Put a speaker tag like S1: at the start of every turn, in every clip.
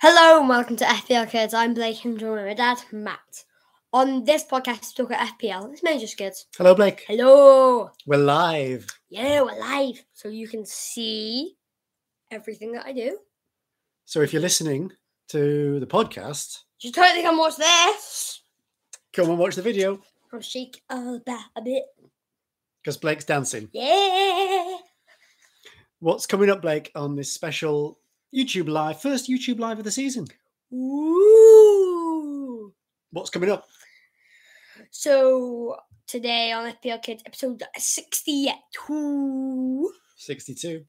S1: Hello and welcome to FPL Kids. I'm Blake and joined by my dad, Matt. On this podcast, we talk at FPL. It's mainly just kids.
S2: Hello, Blake.
S1: Hello.
S2: We're live.
S1: Yeah, we're live. So you can see everything that I do.
S2: So, if you're listening to the podcast,
S1: You totally can watch this.
S2: come and watch the video
S1: I'll shake all back a bit.
S2: because Blake's dancing.
S1: Yeah.
S2: What's coming up, Blake, on this special YouTube live, first YouTube live of the season?
S1: Ooh.
S2: What's coming up?
S1: So today on FPL Kids, episode 62.
S2: 62.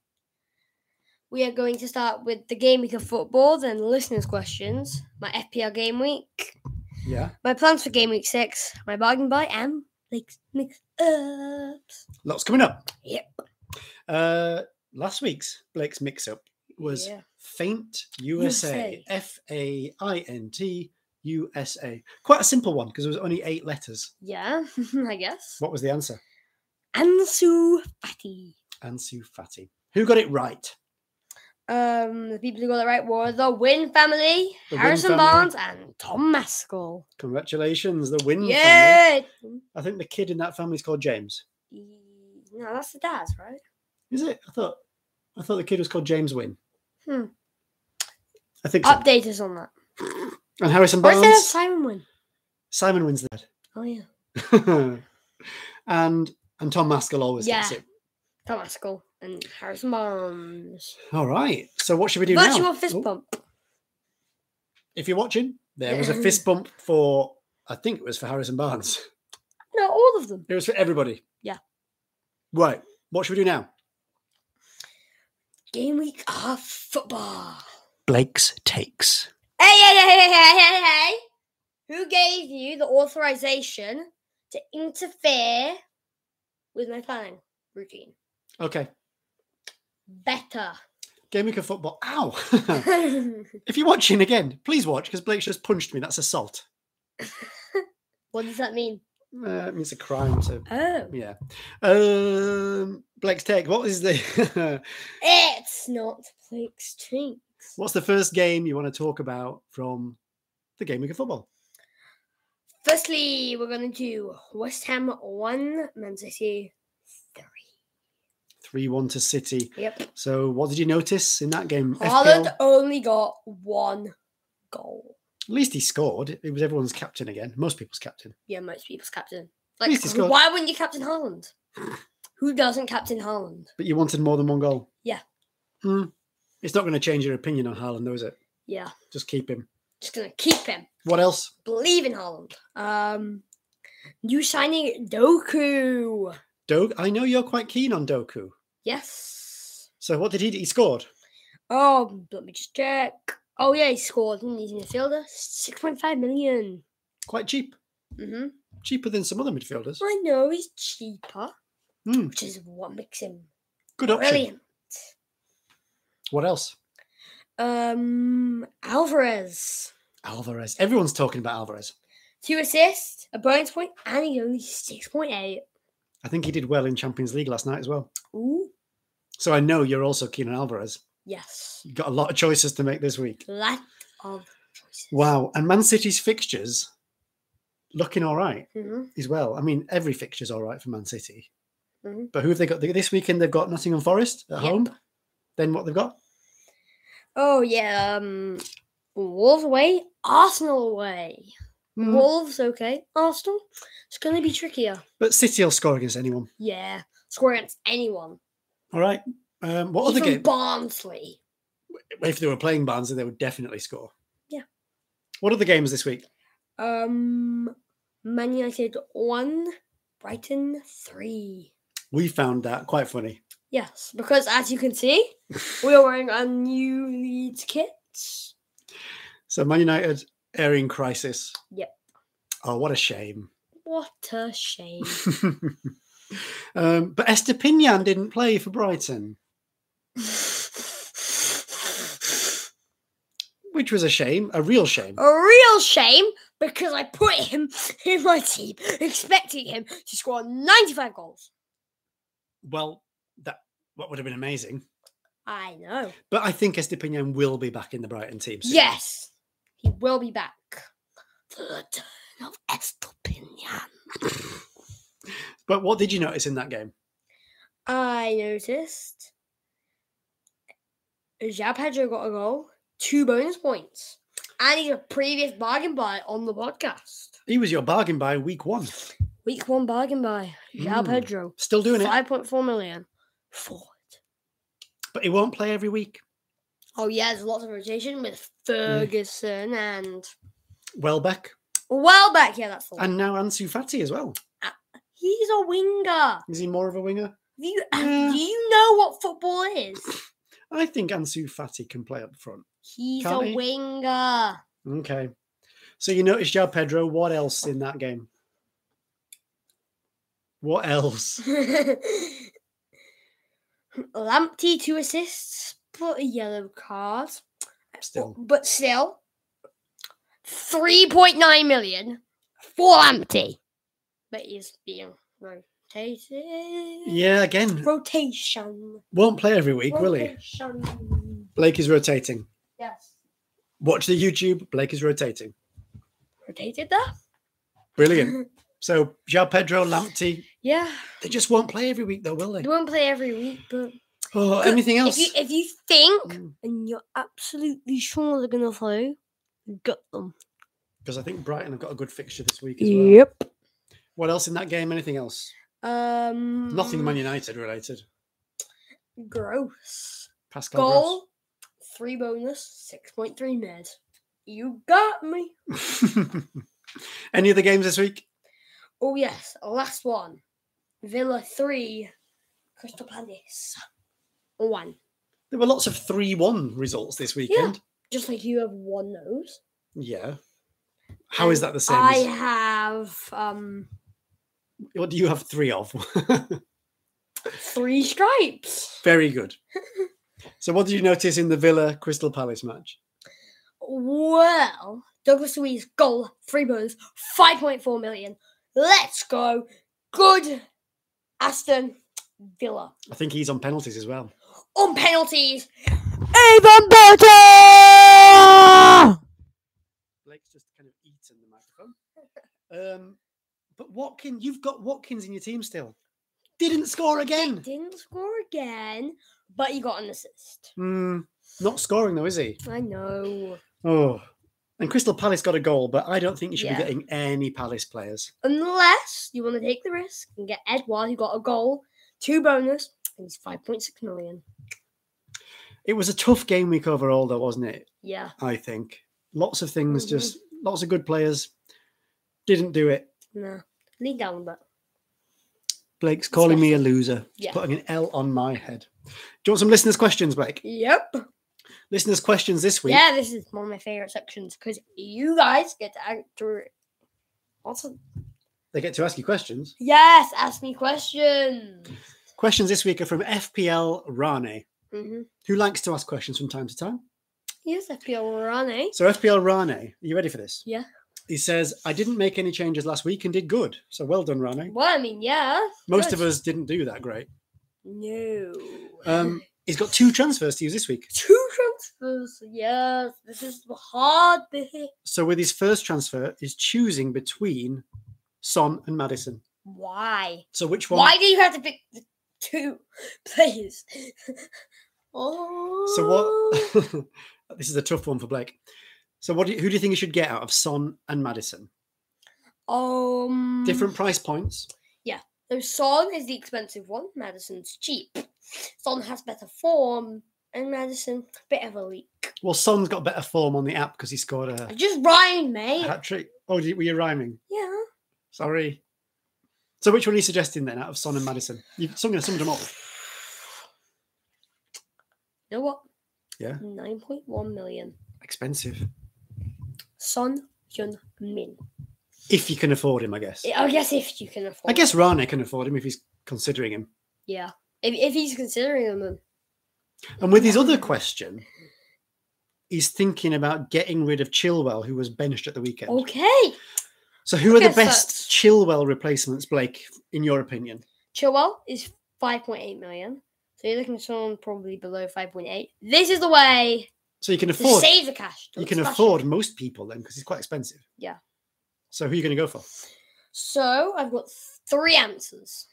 S1: We are going to start with the game week of football, then listeners' questions, my FPL game week,
S2: Yeah.
S1: my plans for game week six, my bargain buy, and mix mix ups.
S2: Lots coming up.
S1: Yep.
S2: Uh, last week's Blake's mix up was
S1: Yeah.
S2: Faint USA. F A I N T U S A. Quite a simple one because there was only eight letters.
S1: Yeah, I guess.
S2: What was the answer?
S1: Ansu Fati.
S2: Ansu Fati. Who got it right?
S1: Um, the people who got it right were the Wynn family,
S2: The Wynn
S1: Harrison
S2: family.
S1: Barnes, and Tom Maskell.
S2: Congratulations, the win. family.
S1: Yeah.
S2: I think the kid in that family is called James.
S1: No, that's the dad's, right?
S2: Is it? I thought I thought the kid was called James Wynn.
S1: Hmm. Uh,
S2: I think so.
S1: Update us on that.
S2: and Harrison
S1: Or is that
S2: Barnes.
S1: Simon Wynn?
S2: Simon wins
S1: Oh, yeah.
S2: that. and and Tom Maskell always gets
S1: Yeah.
S2: it.
S1: Tom Maskell and Harrison Barnes.
S2: All right. So what should we do
S1: Virtual
S2: now?
S1: fist
S2: Oh,
S1: bump.
S2: If you're watching, there was a fist bump for I think it was for Harrison Barnes.
S1: No, all of them.
S2: It was for everybody.
S1: Yeah.
S2: Right. What should we do now?
S1: Game week of football.
S2: Blake's takes.
S1: Hey, hey, hey, hey, hey, hey, hey. Who gave you the authorization to interfere with my planning routine?
S2: Okay.
S1: Better.
S2: Game week of football. Ow. if you're watching again, please watch because Blake's just punched me. That's assault.
S1: what does that mean?
S2: Uh, it means a crime to
S1: Oh.
S2: yeah. Um, Blake's take. What is the
S1: It's not Blake's Trinks.
S2: what's the first game you want to talk about from the game week of football?
S1: Firstly, we're going to do West Ham 1, Man City 3.
S2: Three one to City.
S1: Yep.
S2: So what did you notice in that game? FPL?
S1: Haaland only got one goal.
S2: At least he scored. It was everyone's captain again. Most people's captain.
S1: Yeah, most people's captain.
S2: At
S1: Like,
S2: least he's
S1: who-
S2: got-
S1: why wouldn't you captain Haaland? Who doesn't captain Haaland?
S2: But you wanted more than one goal.
S1: Yeah.
S2: Hmm. It's not going to change your opinion on Haaland, though, is it?
S1: Yeah,
S2: Just keep him.
S1: just gonna keep him.
S2: What else?
S1: Believe in Haaland. Um, new signing Doku.
S2: Doku. I know you're quite keen on Doku.
S1: Yes.
S2: So what did he? do? He scored.
S1: Oh, let me just check. Oh yeah, he scored. Hmm, He's a midfielder. Six point five million.
S2: Quite cheap.
S1: Mm-hmm.
S2: Cheaper than some other midfielders.
S1: I know he's cheaper,
S2: Hmm.
S1: which is what makes him Oh,
S2: Good option.
S1: brilliant.
S2: What else?
S1: Um, Alvarez.
S2: Alvarez. Everyone's talking about Alvarez.
S1: Two assists, a bonus point, and he's only six point eight.
S2: I think he did well in Champions League last night as well.
S1: Ooh.
S2: So I know you're also keen on Alvarez.
S1: Yes.
S2: You've got a lot of choices to make this week.
S1: Lot of choices.
S2: Wow. And Man City's fixtures looking all right
S1: Mhm.
S2: as well. I mean, every fixture's all right for Man City.
S1: Mhm.
S2: But who have they got? This weekend they've got Nottingham Forest at
S1: Yep.
S2: home. Then what they've got?
S1: Oh yeah. Um, Wolves away, Arsenal away.
S2: Hmm.
S1: Wolves okay, Arsenal. It's gonna be trickier.
S2: But City will score against anyone.
S1: Yeah, score against anyone.
S2: All right. Um, what other
S1: even
S2: game?
S1: Barnsley.
S2: if they were playing Barnsley, they would definitely score.
S1: Yeah.
S2: What other games this week?
S1: Um, Man United one, Brighton three.
S2: We found that quite funny.
S1: Yes, because as you can see, we are wearing our new Leeds kits.
S2: So Man United are in crisis.
S1: Yep.
S2: Oh, what a shame.
S1: What a shame.
S2: um, but Estepinian didn't play for Brighton,
S1: a
S2: which was a shame, a real shame.
S1: real shame because I put him in my team, expecting him to score 95 goals.
S2: Well, that what would have been amazing.
S1: I know.
S2: But I think Estepinian will be back in the Brighton team. soon.
S1: Yes, he will be back. The return of Estopinian.
S2: But what did you notice in that game?
S1: I noticed Jean Pedro got a goal, two bonus points, and he's a previous bargain buy on the podcast.
S2: He was your bargain buy week one.
S1: Week one bargain buy, Jean
S2: Mm,
S1: Pedro,
S2: Still doing it,
S1: five point four million. Forward.
S2: but he won't play every week.
S1: Oh yeah, there's lots of rotation with
S2: Mm.
S1: Ferguson and
S2: Welbeck
S1: Welbeck. Yeah, that's all.
S2: and now Ansu Fati as well.
S1: He's a winger.
S2: Is he more of a winger?
S1: Do you,
S2: Yeah.
S1: do you know what football is?
S2: I think Ansu Fati can play up front.
S1: He's
S2: Can't
S1: a
S2: he?
S1: winger.
S2: Okay. So you noticed Jao Pedro. What else in that game? What else?
S1: Lamptey two assists, but a yellow card.
S2: Still.
S1: But still, 3.9 million for Lamptey. But he's being rotated.
S2: Yeah, again.
S1: Rotation.
S2: Won't play every week, will he?
S1: Rotation.
S2: Blake is rotating.
S1: Yes.
S2: Watch the YouTube. Blake is rotating.
S1: Rotated there?
S2: Brilliant. So Jao Pedro, Lamptey,
S1: Yeah.
S2: they just won't play every week though, will they?
S1: They won't play every week, but
S2: Oh, anything
S1: if
S2: else?
S1: you, if you think
S2: Mm,
S1: and you're absolutely sure they're going to play, gut them.
S2: Because I think Brighton have got a good fixture this week as well. What else in that game? Anything else?
S1: Um,
S2: Nothing Man United related.
S1: Gross.
S2: Pascal Gross.
S1: Goal, three bonus, 6.3 mid. You got me.
S2: Any other games this week?
S1: Oh, yes. Last one. Villa 3, Crystal Palace 1.
S2: There were lots of 3 1 results this weekend.
S1: Just like you have one nose.
S2: Yeah. How is
S1: and
S2: that the same?
S1: I
S2: as-
S1: have um
S2: what do you have three of?
S1: three stripes.
S2: Very good. So, what did you notice in the Villa Crystal Palace match?
S1: Well, Douglas Luiz goal, three bonus, 5.4 million. Let's go. Good Aston Villa.
S2: I think he's on penalties as well.
S1: on penalties. Avon Belter!
S2: Blake's just kind of eaten the microphone. Um, but Watkins, you've got Watkins in your team still. Didn't score again.
S1: Didn't score again, but he got an assist.
S2: Hmm, not scoring though, is he?
S1: I know.
S2: Oh. And Crystal Palace got a goal, but I don't think you should
S1: Yeah.
S2: be getting any Palace players.
S1: Unless you want to take the risk and get Edouard, who got a goal, two bonus, and he's 5.6 million.
S2: It was a tough game week overall, though, wasn't it?
S1: Yeah,
S2: I think lots of things,
S1: Mhm.
S2: just lots of good players. Didn't do it.
S1: no. Lead down a bit.
S2: Blake's calling me a loser. He's
S1: Yeah.
S2: putting an L on my head. Do you want some listeners' questions, Blake?
S1: Yep.
S2: Listeners' questions this week.
S1: Yeah, this is one of my favorite sections because you guys get to act also
S2: They get to ask you questions.
S1: yes, ask me questions.
S2: Questions this week are from FPL Rane,
S1: Mm-hmm.
S2: who likes to ask questions from time to time.
S1: Yes, I feel running.
S2: So, FPL Rane, are you ready for this?
S1: Yeah.
S2: He says, I didn't make any changes last week and did good. So, well done, Rane.
S1: Well, I mean, yeah.
S2: Most
S1: good.
S2: of us didn't do that great.
S1: No.
S2: Um, he's got two transfers to use this week.
S1: Two transfers. Yes, this is the hard bit.
S2: So, with his first transfer, he's choosing between Son and Madison.
S1: Why?
S2: So, which one?
S1: Why do you have to pick the two players? oh.
S2: So what? this is a tough one for Blake. So what? Do you, who do you think you should get out of Son and Madison?
S1: Um.
S2: Different price points.
S1: So Son is the expensive one. Madison's cheap. Son has better form, and Madison bit of a leak.
S2: Well, Son's got better form on the app because he scored a
S1: Just Ryan, mate.
S2: hat trick. Oh, did, were you rhyming?
S1: yeah.
S2: Sorry. So which one are you suggesting then out of Son and Madison? You've summed, them- summed them up.
S1: You know what?
S2: Yeah.
S1: Nine point one million.
S2: Expensive.
S1: Son Hyun Min.
S2: If you can afford him, I guess.
S1: I guess if you can afford.
S2: I guess Rane can afford him if he's considering him.
S1: Yeah. If, if he's considering them, then
S2: And with his other question, he's thinking about getting rid of Chilwell, who was benched at the weekend.
S1: okay.
S2: So, who are the
S1: guess
S2: best
S1: that's-
S2: Chilwell replacements, Blake, in your opinion?
S1: Chilwell is 5.8 million. So you're looking at someone probably below 5.8. This is the way
S2: So you can
S1: to
S2: afford
S1: save the cash.
S2: you
S1: Don't
S2: can
S1: splash it.
S2: afford most people then because it's quite expensive.
S1: Yeah.
S2: So who are you going to go for?
S1: So I've got three answers.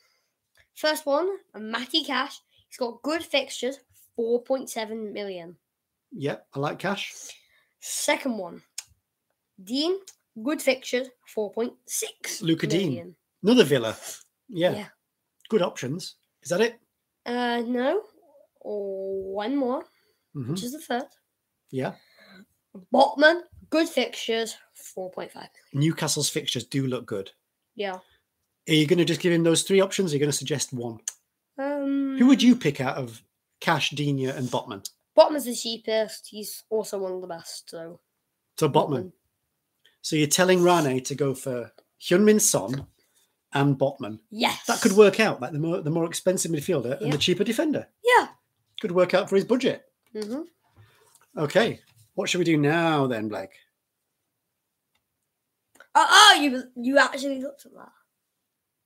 S1: First one, Matty Cash. He's got good fixtures, 4.7 million.
S2: Yeah, I like cash.
S1: Second one, Dean, good fixtures, 4.6
S2: Luca Dean.
S1: million.
S2: Another Villa. Yeah.
S1: Yeah.
S2: Good options. Is that it?
S1: Uh, no, or one more,
S2: hmm
S1: which is the third.
S2: Yeah.
S1: Botman, good fixtures, 4.5 million.
S2: Newcastle's fixtures do look good.
S1: Yeah.
S2: Are you going to just give him those three options? Or are you going to suggest one?
S1: Um,
S2: Who would you pick out of Cash, Dina, and Botman?
S1: Botman's the cheapest. He's also one of the best. So
S2: So Botman. So you're telling Rane to go for Hyunmin Son and Botman.
S1: Yes.
S2: That could work out. Like the more the more expensive midfielder and
S1: Yeah.
S2: the cheaper defender
S1: Yeah.
S2: could work out for his budget.
S1: hmm
S2: Okay. What should we do now then, Blake?
S1: Oh, oh, you you actually looked at that.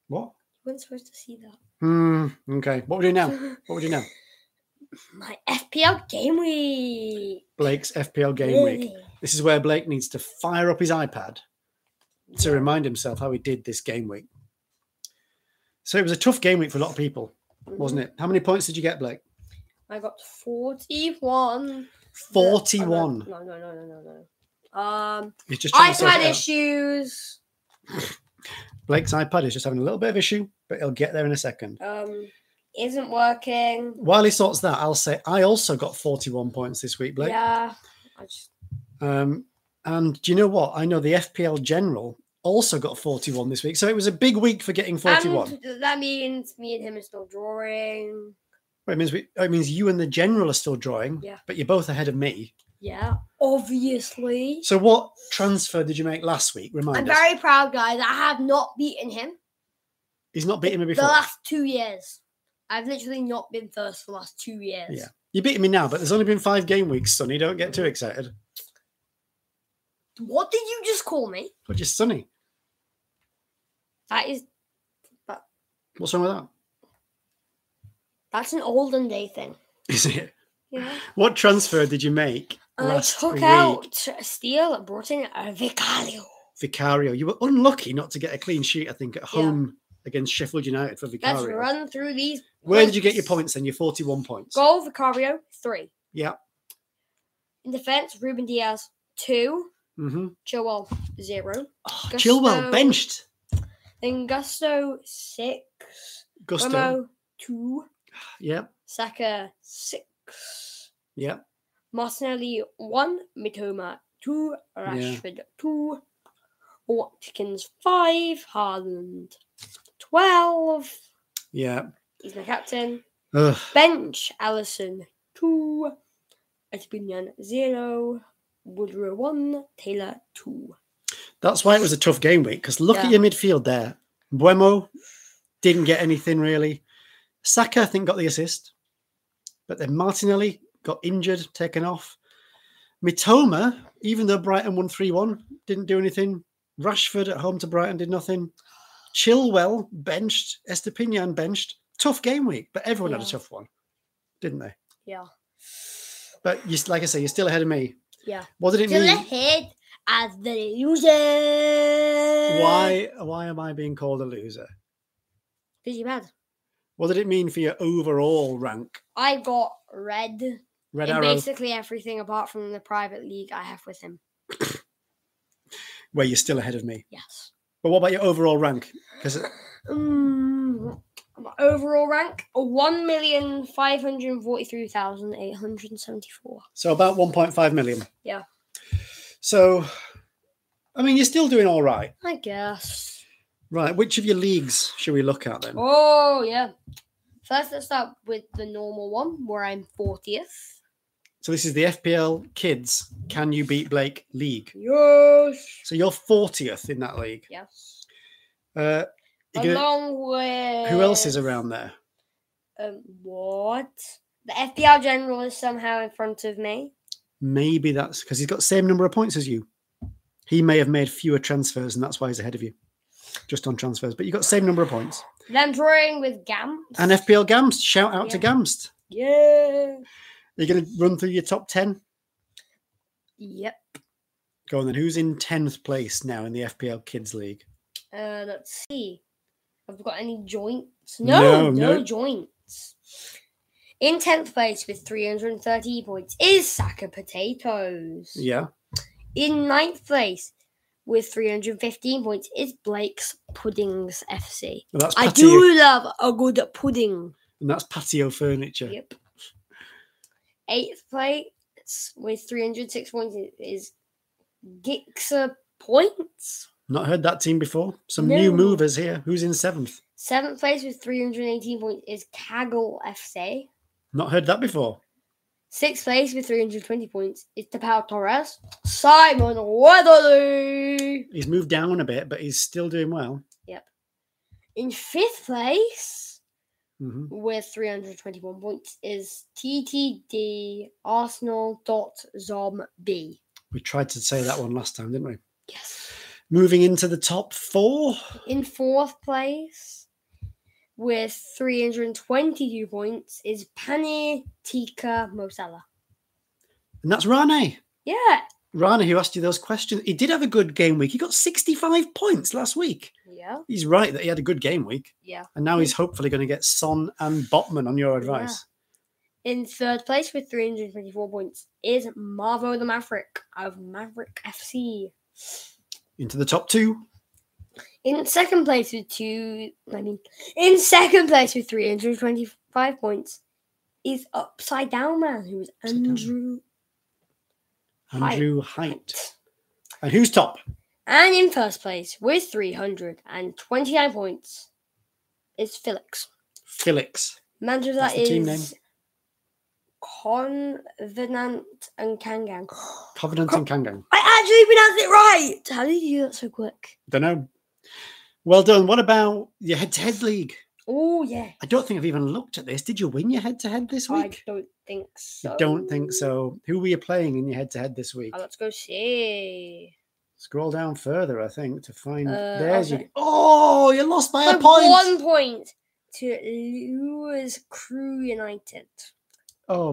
S2: What?
S1: You weren't supposed to see that.
S2: Hmm. Okay. What would we do now? What would we do now?
S1: My FPL game week.
S2: Blake's FPL game week.
S1: Yay.
S2: This is where Blake needs to fire up his iPad to remind himself how he did this game week. So it was a tough game week for a lot of people, wasn't it? How many points did you get, Blake?
S1: Mm-hmm. I got forty-one. No, oh, no,
S2: 41.
S1: No, no, no, no, no, no. Um,
S2: He's just trying to sort it
S1: iPad
S2: out.
S1: issues.
S2: Blake's iPad is just having a little bit of issue, but he'll get there in a second.
S1: Um, isn't working.
S2: While he sorts that, I'll say I also got 41 points this week, Blake.
S1: Yeah. I just
S2: Um, and do you know what? I know the FPL general also got 41 this week. So it was a big week for getting 41.
S1: And that means me and him are still drawing.
S2: Well, it means we, oh, it means you and the general are still drawing,
S1: Yeah.
S2: but you're both ahead of me.
S1: Yeah, obviously.
S2: So what transfer did you make last week? Remind
S1: I'm
S2: us.
S1: very proud, guys. I have not beaten him
S2: He's not beaten me
S1: the
S2: before.
S1: last two years. I've literally not been first for the last two years.
S2: Yeah. You're beating me now, but there's only been five game weeks, Sonny. Don't get too excited.
S1: What did you just call me?
S2: But just Sonny.
S1: That is
S2: What's wrong with that?
S1: that's an olden day thing.
S2: Is it?
S1: Yeah.
S2: What transfer did you make
S1: I
S2: last
S1: took
S2: week?
S1: out a steal, brought in a Vicario.
S2: Vicario. You were unlucky not to get a clean sheet, I think, at home against Sheffield United for
S1: Let's
S2: Vicario.
S1: run through these.
S2: Where did you get your
S1: points.
S2: points then? Your 41 points.
S1: Goal Vicario three.
S2: Yeah.
S1: In defense, Ruben Diaz two,
S2: Mm-hmm.
S1: Joel zero,
S2: Oh,
S1: Gusto-
S2: Chilwell benched.
S1: then Gusto six,
S2: Gusto.
S1: Ramo two,
S2: Yeah.
S1: Saka six,
S2: Yeah.
S1: Martinelli one, Mitoma two, Rashford two, Watkins five, Haaland twelve.
S2: Yeah.
S1: He's my captain.
S2: Ugh.
S1: Bench Allison two, Etienne zero, Woodrow one, Taylor two.
S2: That's why it was a tough game week. Because look at
S1: Yeah.
S2: your midfield there. Buemo didn't get anything really. Saka, I think, got the assist. But then Martinelli got injured, taken off. Mitoma, even though Brighton won 3 1, didn't do anything. Rashford at home to Brighton did nothing. Chilwell benched. Estepinian benched. Tough game week, but everyone had
S1: Yeah.
S2: a tough one, didn't they?
S1: Yeah.
S2: But you, like I say, you're still ahead of me.
S1: Yeah.
S2: What did it
S1: Still
S2: mean?
S1: ahead as the loser.
S2: Why? Why am I being called a loser?
S1: Because you're bad.
S2: What did it mean for your overall rank?
S1: I got red
S2: Red
S1: in
S2: Arrow,
S1: basically everything apart from the private league I have with him.
S2: where you're still ahead of me.
S1: Yes.
S2: But what about your overall rank? Because
S1: Mm, my overall rank one million five hundred forty-three thousand eight hundred seventy-four.
S2: so about 1.5 million.
S1: Yeah.
S2: So, I mean, you're still doing all right,
S1: I guess.
S2: right? Which of your leagues should we look at then?
S1: Oh yeah. First, let's start with the normal one where I'm fortieth.
S2: So this is the FPL Kids Can You Beat Blake League.
S1: Yes.
S2: So you're 40th in that league.
S1: Yes.
S2: Uh, you gonna-
S1: Along with
S2: who else is around there?
S1: Um, what? The FPL general is somehow in front of me.
S2: Maybe that's because he's got the same number of points as you. He may have made fewer transfers, and that's why he's ahead of you, just on transfers. But you've got the same number of points.
S1: Then drawing with Gam.
S2: And FPL Gamst, shout out to
S1: Yeah.
S2: Gamst.
S1: yeah.
S2: Are you going to run through your top 10?
S1: Yep.
S2: Go on then. Who's in 10th place now in the FPL Kids League?
S1: Uh, let's see. Have we got any joints? No,
S2: No,
S1: no,
S2: no.
S1: joints. In 10th place with 330 points is Sack of Potatoes.
S2: Yeah.
S1: In ninth place with 315 points is Blake's Puddings FC.
S2: Well, that's
S1: I
S2: patio.
S1: do love a good pudding.
S2: And that's patio furniture.
S1: Yep. Eighth place with 306 points is Gixer Points.
S2: Not heard that team before. Some
S1: No.
S2: new movers here. Who's in 7th?
S1: Seventh place with 318 points is Kaggle FC.
S2: Not heard that before.
S1: Sixth place with 320 points is Tapao Torres. Simon Weatherly.
S2: He's moved down a bit, but he's still doing well.
S1: In fifth place
S2: hmm
S1: with 321 points is TTD Arsenal dot zombie.
S2: We tried to say that one last time, didn't we?
S1: Yes.
S2: Moving into the top four.
S1: In fourth place with 322 points is Panitika Mosala.
S2: And that's Rane.
S1: Yeah.
S2: Rana, who asked you those questions, he did have a good game week. He got 65 points last week.
S1: Yeah.
S2: He's right that he had a good game week.
S1: Yeah.
S2: And now he's hopefully going to get Son and Botman on your advice.
S1: In third place with 324 points is Marvo the Maverick of Maverick FC.
S2: Into the top two.
S1: In second place with two, I mean, in second place with 325 points is Upside Down Man, who is
S2: Upside Down Man.
S1: Andrew
S2: Andrew Height.
S1: Knight.
S2: And who's top?
S1: And in first place with 329 points is Felix.
S2: Felix.
S1: Manager
S2: That's
S1: that
S2: the team
S1: is Convenant and Kangang.
S2: Covenant and Kangang.
S1: I actually pronounced it right! How did you do that so quick?
S2: Don't know. Well done. What about your head to head league?
S1: Oh yeah,
S2: I don't think I've even looked at this. Did you win your head to head this
S1: I
S2: week?
S1: don't think so.
S2: I don't think so. Who were you playing in your head to head this week?
S1: Oh, let's go see.
S2: Scroll down further, I think, to find.
S1: Uh,
S2: There's you.
S1: okay.
S2: Oh, you lost by
S1: By
S2: a point.
S1: One point to Lewis Crew United.
S2: Oh,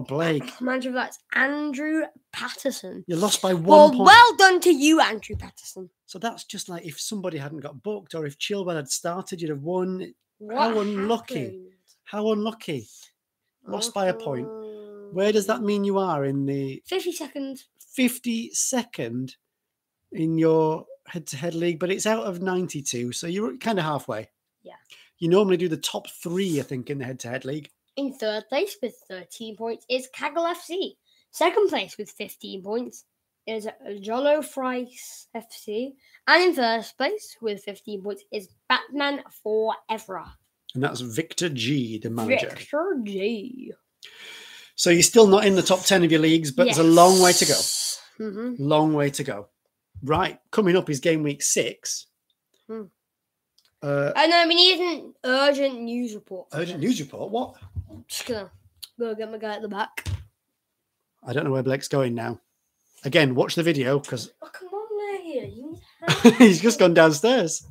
S2: Blake,
S1: Manager of that's Andrew Patterson.
S2: you lost by one
S1: well,
S2: point.
S1: well done to you, Andrew Patterson.
S2: So that's just like if somebody hadn't got booked or if Chilwell had started, you'd have won.
S1: What
S2: unlucky.
S1: happened?
S2: How unlucky. Lost by a point.
S1: Uh,
S2: Where does that mean you are in the
S1: Fifty seconds.
S2: 52nd in your head to head league, but it's out of 92. So you're kind of halfway.
S1: Yeah.
S2: You normally do the top three, I think, in the head to head league.
S1: In third place with 13 points is Kaggle FC. Second place with 15 points is Jolo Fries FC. And in first place with 15 points is Batman Forever.
S2: And that's Victor G, the manager.
S1: Victor G.
S2: So you're still not in the top 10 of your leagues, but there's a long way to go.
S1: Mm-hmm.
S2: Long way to go. Right. Coming up is game week six.
S1: Hmm.
S2: Uh,
S1: I know, Oh, we need an urgent news report. for
S2: urgent
S1: this.
S2: news report. What?
S1: Just gonna go get my guy at the back.
S2: I don't know where Blake's going now. Again, watch the video because
S1: Oh, come on, here. You need
S2: he's just gone downstairs.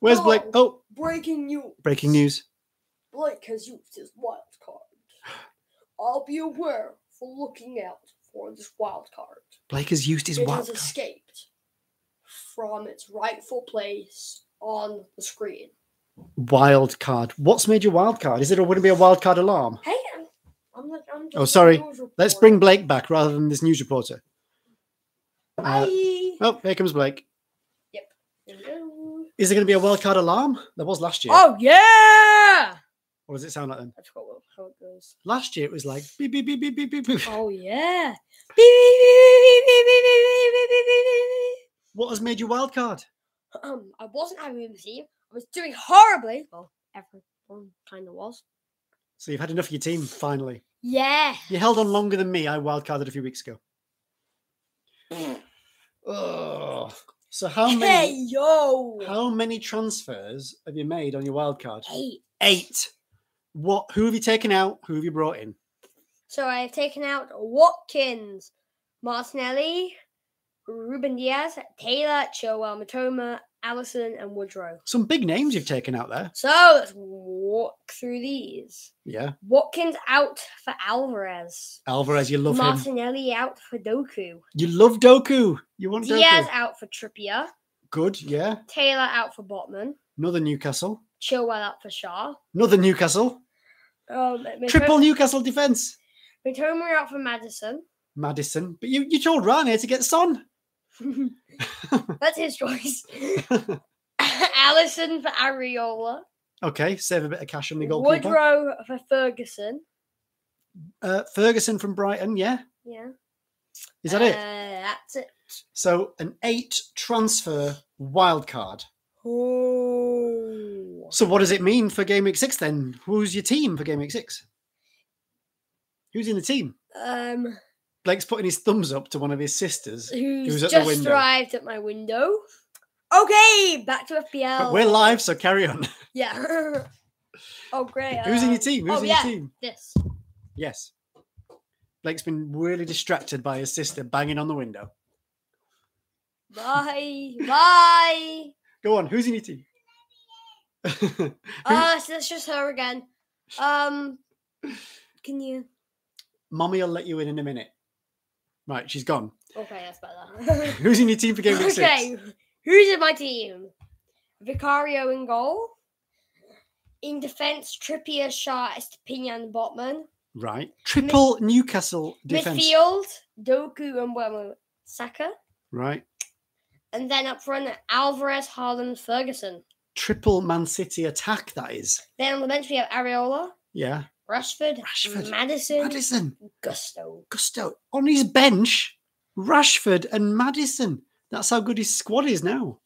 S2: Where's Blake? Oh,
S1: Breaking news.
S2: breaking news.
S1: Blake has used his wild card. I'll be aware for looking out for this wild card.
S2: Blake has used his
S1: it
S2: wild
S1: has
S2: card.
S1: escaped from its rightful place on the screen.
S2: wild card. What's made your wild card? Is it or would it be a wild card alarm?
S1: Hey, I'm, I'm, not- I'm
S2: Oh,
S1: just a
S2: sorry.
S1: news
S2: Let's
S1: reporter.
S2: bring Blake back rather than this news reporter. Uh,
S1: Bye.
S2: oh, here comes Blake.
S1: Hello.
S2: Is there going to be a wild card alarm? There was last year.
S1: Oh yeah!
S2: What does it sound like then?
S1: I forgot what, how it goes.
S2: Last year it was like beep beep beep beep beep beep. beep.
S1: Oh yeah! Beep, beep, beep, beep, beep, beep, beep, beep, beep, beep,
S2: What has made you wild card?
S1: beep. Um, I wasn't having a team. I was doing horribly. Well, everyone kind of was.
S2: So you've had enough of your team finally.
S1: Yeah.
S2: You held on longer than me. I wildcarded a few weeks ago. Ugh. So how many
S1: yo.
S2: how many transfers have you made on your wild card?
S1: Eight.
S2: Eight. What? Who have you taken out? Who have you brought in?
S1: So I have taken out Watkins, Martinelli, Ruben Diaz, Taylor, Chilwell, Matoma, Allison, and Woodrow.
S2: Some big names you've taken out there.
S1: So let's walk through these.
S2: Yeah.
S1: Watkins out for Alvarez.
S2: Alvarez, you love him.
S1: Martinelli out for Doku.
S2: You love Doku. You want Doku.
S1: Diaz out for Trippier.
S2: Good, yeah.
S1: Taylor out for Botman.
S2: Another Newcastle.
S1: Chilwell out for Shaw.
S2: Another Newcastle.
S1: Um, Mitoma-
S2: Triple Newcastle defence.
S1: Mitoma out for Madison.
S2: Madison. But you, you told Rane to get Son.
S1: That's his choice. Allison for Ariola.
S2: Okay, save a bit of cash on the goalkeeper.
S1: Woodrow for Ferguson.
S2: Uh, Ferguson from Brighton, yeah.
S1: Yeah.
S2: Is that
S1: uh,
S2: it?
S1: That's it.
S2: So an eight transfer wild card.
S1: Oh.
S2: So what does it mean for game week six then? Who's your team for game week six? Who's in the team?
S1: Um,
S2: Blake's putting his thumbs up to one of his sisters.
S1: who's
S2: Who's at the
S1: just
S2: window?
S1: arrived at my window. Okay, back to FPL.
S2: But we're live, so carry on.
S1: Yeah. oh great.
S2: Who's in your
S1: um,
S2: team? Who's
S1: oh,
S2: in
S1: yeah.
S2: your team?
S1: This.
S2: Yes. Blake's been really distracted by his sister banging on the window.
S1: Bye. Bye.
S2: Go on, who's in your team?
S1: Uh, so that's just her again. Um, can you?
S2: Mommy will let you in in a minute. Right, she's gone.
S1: Okay, that's better.
S2: Who's in your team for game week six?
S1: okay, who's in my team? Vicario in goal. In defense, Trippier, Shaw, Estepinian, Botman.
S2: Right. Triple Newcastle defence.
S1: Midfield, Doku and Wemo Saka.
S2: Right.
S1: And then up front, Alvarez, Haaland, Ferguson.
S2: Triple Man City attack, that is.
S1: Then on the bench, we have Areola,
S2: Yeah.
S1: Rashford,
S2: Rashford,
S1: Madison,
S2: Madison,
S1: Gusto.
S2: Gusto, on his bench, Rashford and Madison. That's how good his squad is now.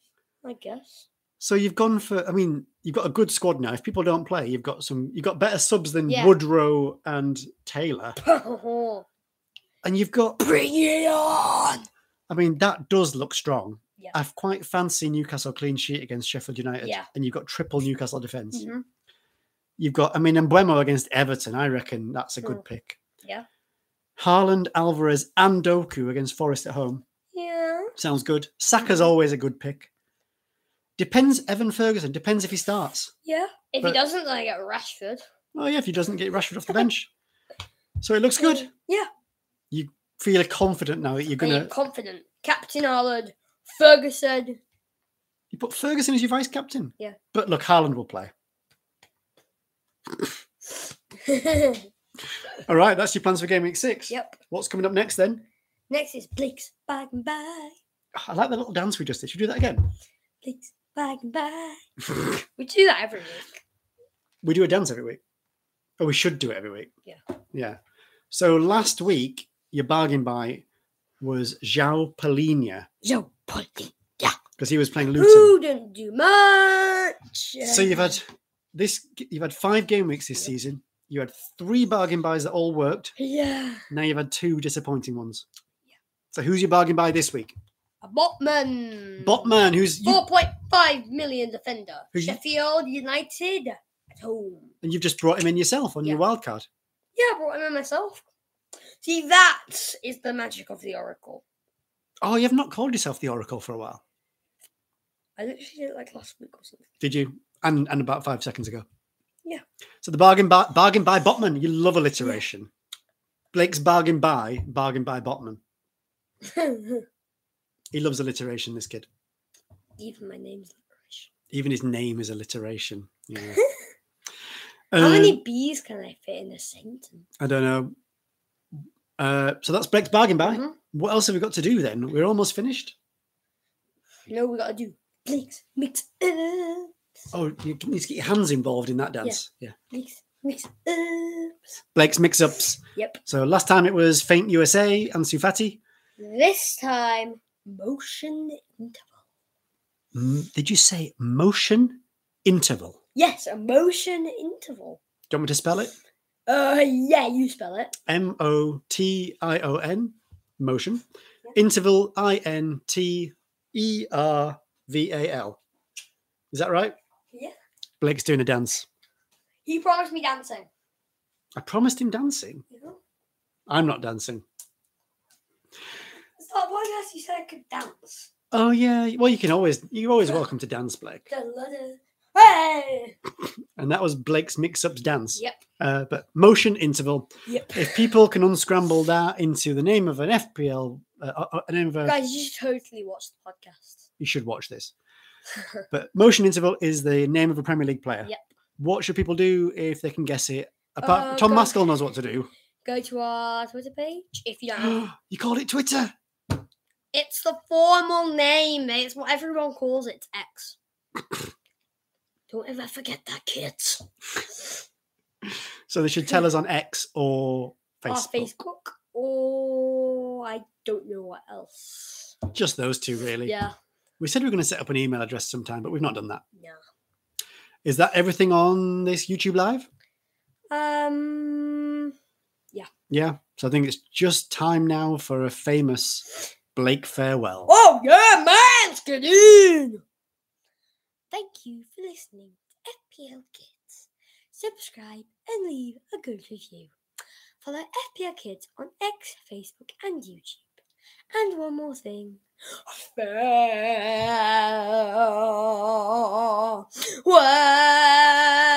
S1: I guess.
S2: So you've gone for, I mean, you've got a good squad now. If people don't play, you've got some, you've got better subs than
S1: Yeah.
S2: Woodrow and Taylor. And you've got,
S1: Bring it on!
S2: I mean, that does look strong.
S1: Yeah.
S2: I've quite fancy Newcastle clean sheet against Sheffield United.
S1: Yeah.
S2: And you've got triple Newcastle defense
S1: Mhm.
S2: You've got, I mean, Embuemo against Everton. I reckon that's a
S1: Mm.
S2: good pick.
S1: Yeah.
S2: Haaland, Alvarez, and Doku against Forest at home.
S1: Yeah.
S2: Sounds good.
S1: Mm-hmm.
S2: Saka's always a good pick. Depends, Evan Ferguson. Depends if he starts.
S1: Yeah. If
S2: But-
S1: he doesn't, then I get Rashford.
S2: Oh, yeah, if he doesn't get Rashford off the bench. So it looks good.
S1: Yeah.
S2: You feel confident now that you're
S1: I
S2: going
S1: am
S2: to.
S1: confident. Captain Arnold, Ferguson.
S2: You put Ferguson as your vice captain.
S1: Yeah.
S2: But look, Haaland will play. All right, that's your plans for game week six.
S1: yep.
S2: What's coming up next then?
S1: Next is Blake's Bag and Bye.
S2: I like the little dance we just did. Should we do that again?
S1: Blake's Bag and Bye. We do that every week.
S2: we do a dance every week. Or we should do it every week.
S1: Yeah.
S2: Yeah. So last week, your bargain buy was Zhao Polina
S1: Yo, Polly.
S2: because he was playing Luton.
S1: Who didn't do much?
S2: So you've had this you've had five game weeks this season. You had three bargain buys that all worked.
S1: Yeah.
S2: Now you've had two disappointing ones. So who's your bargain buy this week?
S1: A Botman.
S2: Botman, who's you,
S1: 4.5 million defender.
S2: Who you-
S1: Sheffield United at home.
S2: and you've just brought him in yourself on your
S1: Yeah.
S2: wild card.
S1: Yeah, I brought him in myself. See, that is the magic of the Oracle.
S2: Oh, you have not called yourself the Oracle for a while,
S1: I literally did it like last week or something.
S2: did you? And and about five seconds ago.
S1: Yeah.
S2: So the bargain buy, bargain by Botman. You love alliteration. Blake's bargain by bargain by Botman. He loves alliteration. This kid.
S1: Even my name's not
S2: Even his name is alliteration. Yeah.
S1: Irish. How
S2: Um,
S1: many B's can I fit in a sentence?
S2: I don't know. Uh, so that's Blake's bargain buy.
S1: Mhm.
S2: What else have we got to do then? We're almost finished.
S1: No, we gotta do Blake's mix uh, ups.
S2: Oh, you need to get your hands involved in that dance. Yeah.
S1: Blake's mix ups.
S2: Blake's mix-ups.
S1: Yep.
S2: So last time it was Faint USA and Sufati.
S1: This time, motion interval.
S2: M- Did you say motion interval?
S1: Yes, a motion interval.
S2: Do you want me to spell it?
S1: Uh, yeah, you spell it.
S2: M O T I O N, motion. Interval I N T E R V A L. Is that right?
S1: Yeah.
S2: Blake's doing a dance.
S1: He promised me dancing.
S2: I promised him dancing.
S1: You know?
S2: I'm not dancing.
S1: It's not podcast you said I could dance.
S2: Oh yeah. Well, you can always you're always welcome to dance, Blake.
S1: The ladder. Hey!
S2: And that was Blake's mix-ups dance.
S1: Yep.
S2: Uh, but motion interval.
S1: Yep.
S2: If people can unscramble that into the name of an FPL, uh, uh, uh, name of a,
S1: Guys, you should totally watch the podcast.
S2: you should watch this. But motion interval is the name of a Premier League player.
S1: Yep.
S2: What should people do if they can guess it? Apart,
S1: Uh,
S2: Tom
S1: go-
S2: Maskell knows what to do.
S1: Go to our Twitter page if you don't. have-
S2: you called it Twitter.
S1: it's the formal name. It's what everyone calls it. X. don't ever forget that, kids.
S2: So they should tell us on X or
S1: Our
S2: Facebook.
S1: Facebook. Or I don't know what else.
S2: Just those two, really.
S1: Yeah.
S2: We said we were going to set up an email address sometime, but we've not done that.
S1: No.
S2: Is that everything on this YouTube live?
S1: Um.
S2: Yeah. So I think it's just time now for a famous Blake farewell.
S1: Oh yeah, man, get in. Thank you for listening to FPL Kids. Subscribe and leave a good review. Follow FPL Kids on X, Facebook, and YouTube. And one more thing. Farewell.